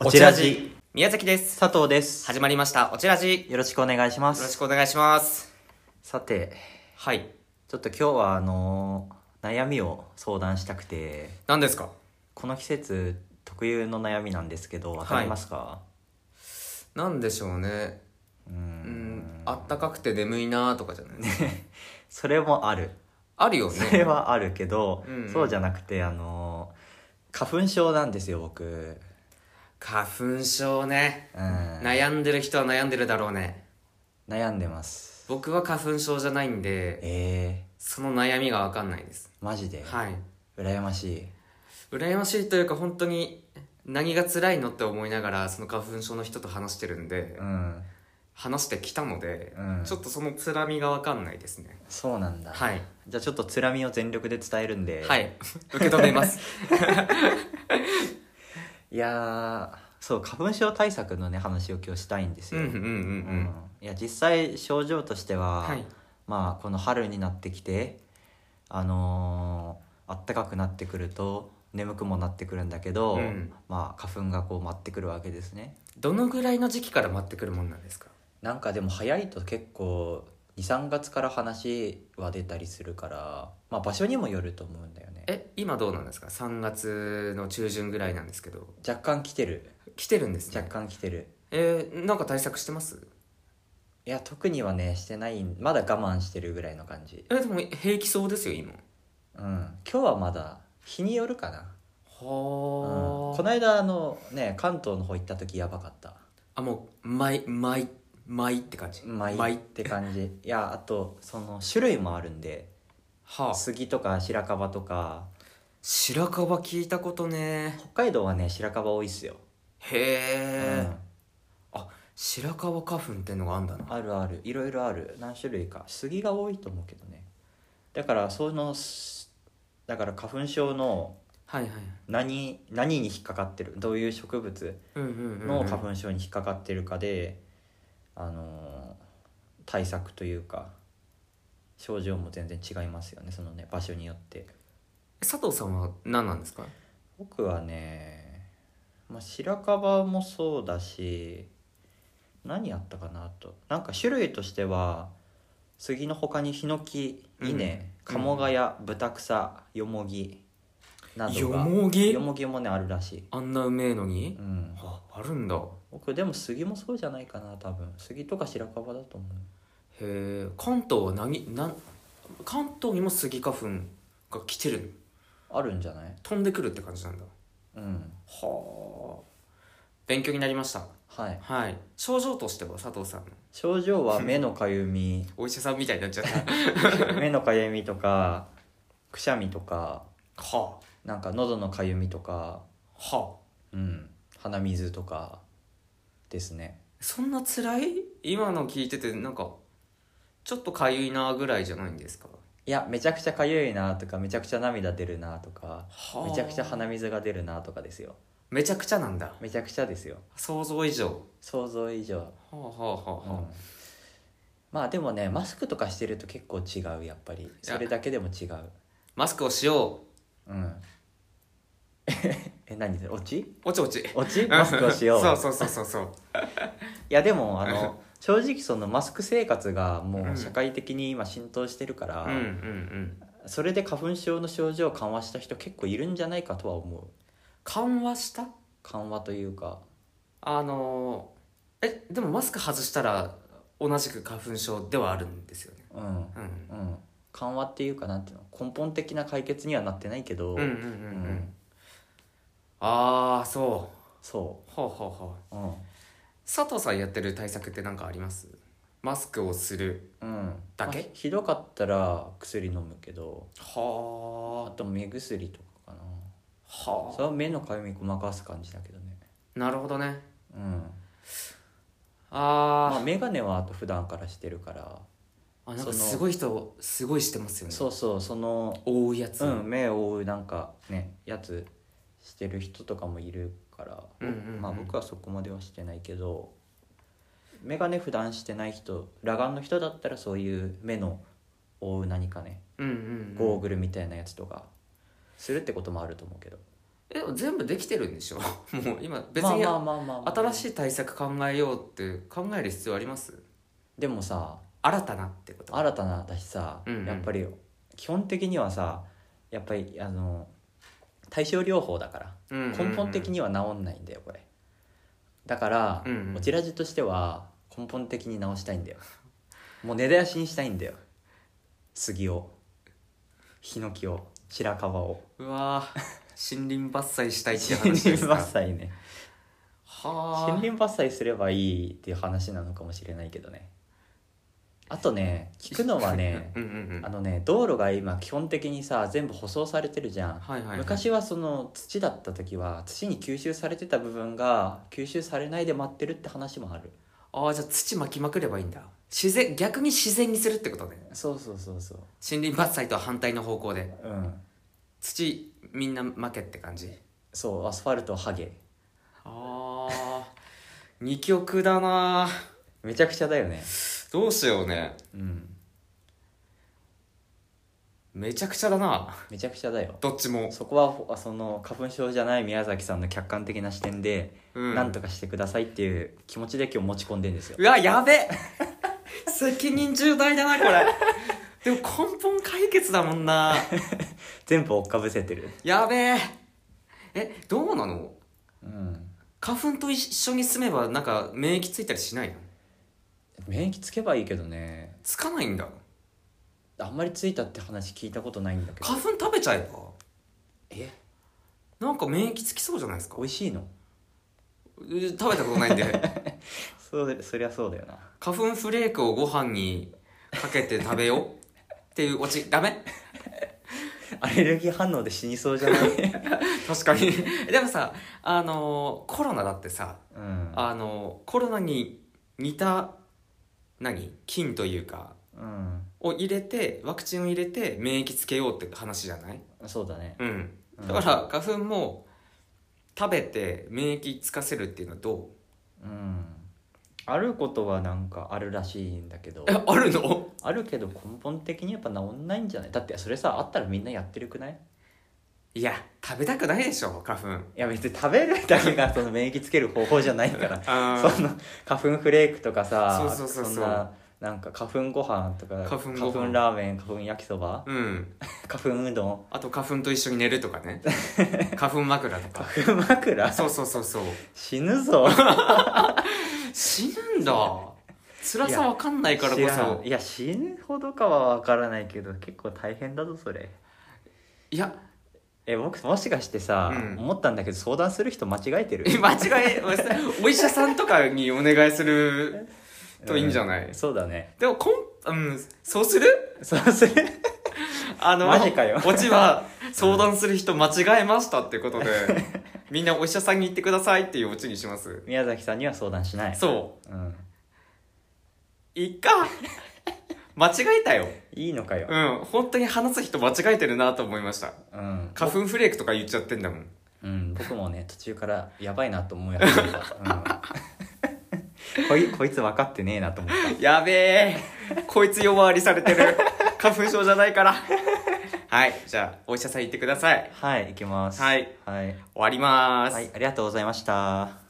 おちらじ宮崎です佐藤です始まりましたおちらじよよろしくお願いしまろしすくお願いしますさてはいちょっと今日はあの悩みを相談したくて何ですかこの季節特有の悩みなんですけどわかりますか、何でしょうねうーうんんあったかくて眠いなとかじゃないそれもあるあるよそれねはあるけど、うんうんそうじゃなくてあの花粉症なんですよ僕花粉症ねうん悩んでる人は悩んでるだろうね悩んでます僕は花粉症じゃないんでえその悩みが分かんないですー、マジで、はい羨ましい羨ましいというか本当に何が辛いのって思いながらその花粉症の人と話してるんで、うん話してきたので、うんちょっとその辛みが分かんないですねそうなんだ、はいじゃあちょっとつらみを全力で伝えるんではいい受け止めますいやーそう花粉症対策のね話を今日したいんです うんよ、うんうんううんんいや実際症状としては、はいまあこの春になってきてあのー、あったかくなってくると眠くもなってくるんだけど、うんまあ花粉がこう舞ってくるわけですねどのぐらいの時期から待ってくるもんなんですかなんかでも早いと結構23月から話は出たりするから、まあ、場所にもよると思うんだよねえ今どうなんですか3月の中旬ぐらいなんですけど若干来てる来てるんですね若干来てるえー、なんか対策してますいや特にはねしてないまだ我慢してるぐらいの感じえでも平気そうですよ今うん今日はまだ日によるかな、うん、はこの間あのね関東の方行った時やばかったあもう舞舞舞って感じまあいいって感じいやあとその種類もあるんではあ杉とか白樺とか白樺聞いたことね北海道はね白樺多いっすよ、へえ、うん白樺花粉ってのがあんだなあるあるいろいろある何種類か杉が多いと思うけどねだからそのすだから花粉症のはいはい何何に引っかかってるどういう植物うんうんうんうのん花粉症に引っかかってるかで、あのー対策というか症状も全然違いますよねそのね場所によって佐藤さんは何なんですか僕はね、まあ、白樺もそうだし何あったかなとなんか種類としては杉の他にヒノキうん稲、うん鴨ヶ谷ブタクサヨモギなどよがもぎヨモギもねあるらしい、あんなうめえのにうん、ああるんだへ僕でも杉もそうじゃないかな多分杉とか白樺だと思うえ関東は何なん関東にもスギ花粉が来てるあるんじゃない飛んでくるって感じなんだうんはあ勉強になりましたはいはい症状としては佐藤さんの症状は目のかゆ みお医者さんみたいになっちゃった目のかゆみとかくしゃみとかはなんか喉のかゆみとかあはあうん鼻水とかですねそんな辛い今の聞いててなんかちょっとかゆいなぐらいじゃないんですかいやめちゃくちゃかゆいなとかめちゃくちゃ涙出るなとかはあめちゃくちゃ鼻水が出るなとかですよめちゃくちゃなんだめちゃくちゃですよ想像以上は想像以上、あはあうはあはあん、まあでもねマスクとかしてると結構違うやっぱりそれだけでも違うマスクをしようんえ何それ落ちうおちおち落ちマスクをしよう そうそうそうそうそういやでもあの正直そのマスク生活がもううん社会的に今浸透してるから、うんうんうんそれで花粉症の症状を緩和した人結構いるんじゃないかとは思う緩和した緩和というかあのーえでもマスク外したら同じく花粉症ではあるんですよねうんうんうん緩和っていうかなんていうの根本的な解決にはなってないけど、うんうんうんう、うんああそそうほうほうほうううん、佐藤さんやってる対策って何かありますマスクをするうん、だけまあひどかったら薬飲むけどあはと目薬とかかなあはそれは目のかゆみごまかす感じだけどねあなるほどねうんまああ、眼鏡はあと普段からしてるからあなんかそのすごい人すごいしてますよねそうそうその覆うやつ、うん、目を覆うなんかねやつしてる人とかもいるから、うんうんうんまあ、僕はそこまではしてないけど眼鏡普段してない人裸眼の人だったらそういう目の覆う何かねうんうんうんゴーグルみたいなやつとかするってこともあると思うけど、えでも全部できてるんでしょ もう今別まあにまあまあまあまあ新しい対策考えようって考える必要ありますでもさ新たなってこと新たなだしさ、うんうんやっぱり基本的にはさやっぱりあの対症療法だからうんうんうん根本的には治んないんだよこれだから、うんうんこちらじとしては根本的に治したいんだよもう根絶やしにしたいんだよ杉をヒノキを白樺をうわー森林伐採したいって森いう林話です伐か採ねはあ森林伐採すればいいっていう話なのかもしれないけどねあとね聞くのはねうんうんうんあのね道路が今基本的にさ全部舗装されてるじゃんはいはい、はい、昔はその土だった時は土に吸収されてた部分が吸収されないで待ってるって話もあるああじゃあ土巻きまくればいいんだ自然逆に自然にするってことねそうそうそうそう森林伐採とは反対の方向でうん土みんな負けって感じそうアスファルトハゲああ二極だなめちゃくちゃだよねどうしようねうんめちゃくちゃだなめちゃくちゃだよどっちも、そこはほその花粉症じゃない宮崎さんの客観的な視点で、うん、なんとかしてくださいっていう気持ちで今日持ち込んでんですようわやべ責任重大だなこれでも根本解決だもんな全部追っかぶせてるやべええどうなのうん花粉と一緒に住めばなんか免疫ついたりしないの免疫つけばいいけどねつかないんだあんまりついたって話聞いたことないんだけど花粉食べちゃえばえなんか免疫つきそうじゃないですか美味しいのうー食べたことないんでそうでそりゃそうだよな花粉フレークをご飯にかけて食べようっていうオチダメ アレルギー反応で死にそうじゃない確かにでもさあのーコロナだってさうんあのコロナに似た何菌というかうんを入れてワクチンを入れて免疫つけようって話じゃないそうだねうんうんだから花粉も食べて免疫つかせるっていうのはどうんあることはなんかあるらしいんだけどうえあるのあるけど根本的にやっぱ治んないんじゃないだってそれさあったらみんなやってるくないいや食べたくないでしょ花粉いや別に食べるだけがその免疫つける方法じゃないからあーその花粉フレークとかさそうそうそうそうんななんか花粉ご飯とか花粉ご飯ラーメン花粉焼きそばうん花粉うどんあと花粉と一緒に寝るとか ね花粉枕とか花粉枕そうそうそうそう死ぬぞ死ぬんだ辛さわかんないからこ知らんそいや死ぬほどかは分からないけど結構大変だぞそれいやえ僕もしかしてさ、うん思ったんだけど相談する人間違えてるえ 間違えお医者さんとかにお願いするといいんじゃない、うそうだねでもこん、うん、そうするそうするあのマジかよオチは相談する人間違えましたってことで みんなお医者さんに行ってくださいっていうオチにします 宮崎さんには相談しない、そうん、ういっか間違えたよいいのかよ、うん本当に話す人間違えてるなと思いましたうん花粉フレークとか言っちゃってんだもんうん、僕もね途中からやばいなと思うやつだ った、うん、こいこいつ分かってねえなと思っやべえこいつ呼ばわりされてる花粉症じゃないからはいじゃあお医者さん行ってくださいたはい行きますはいはい、終わりまーす、はい、ありがとうございました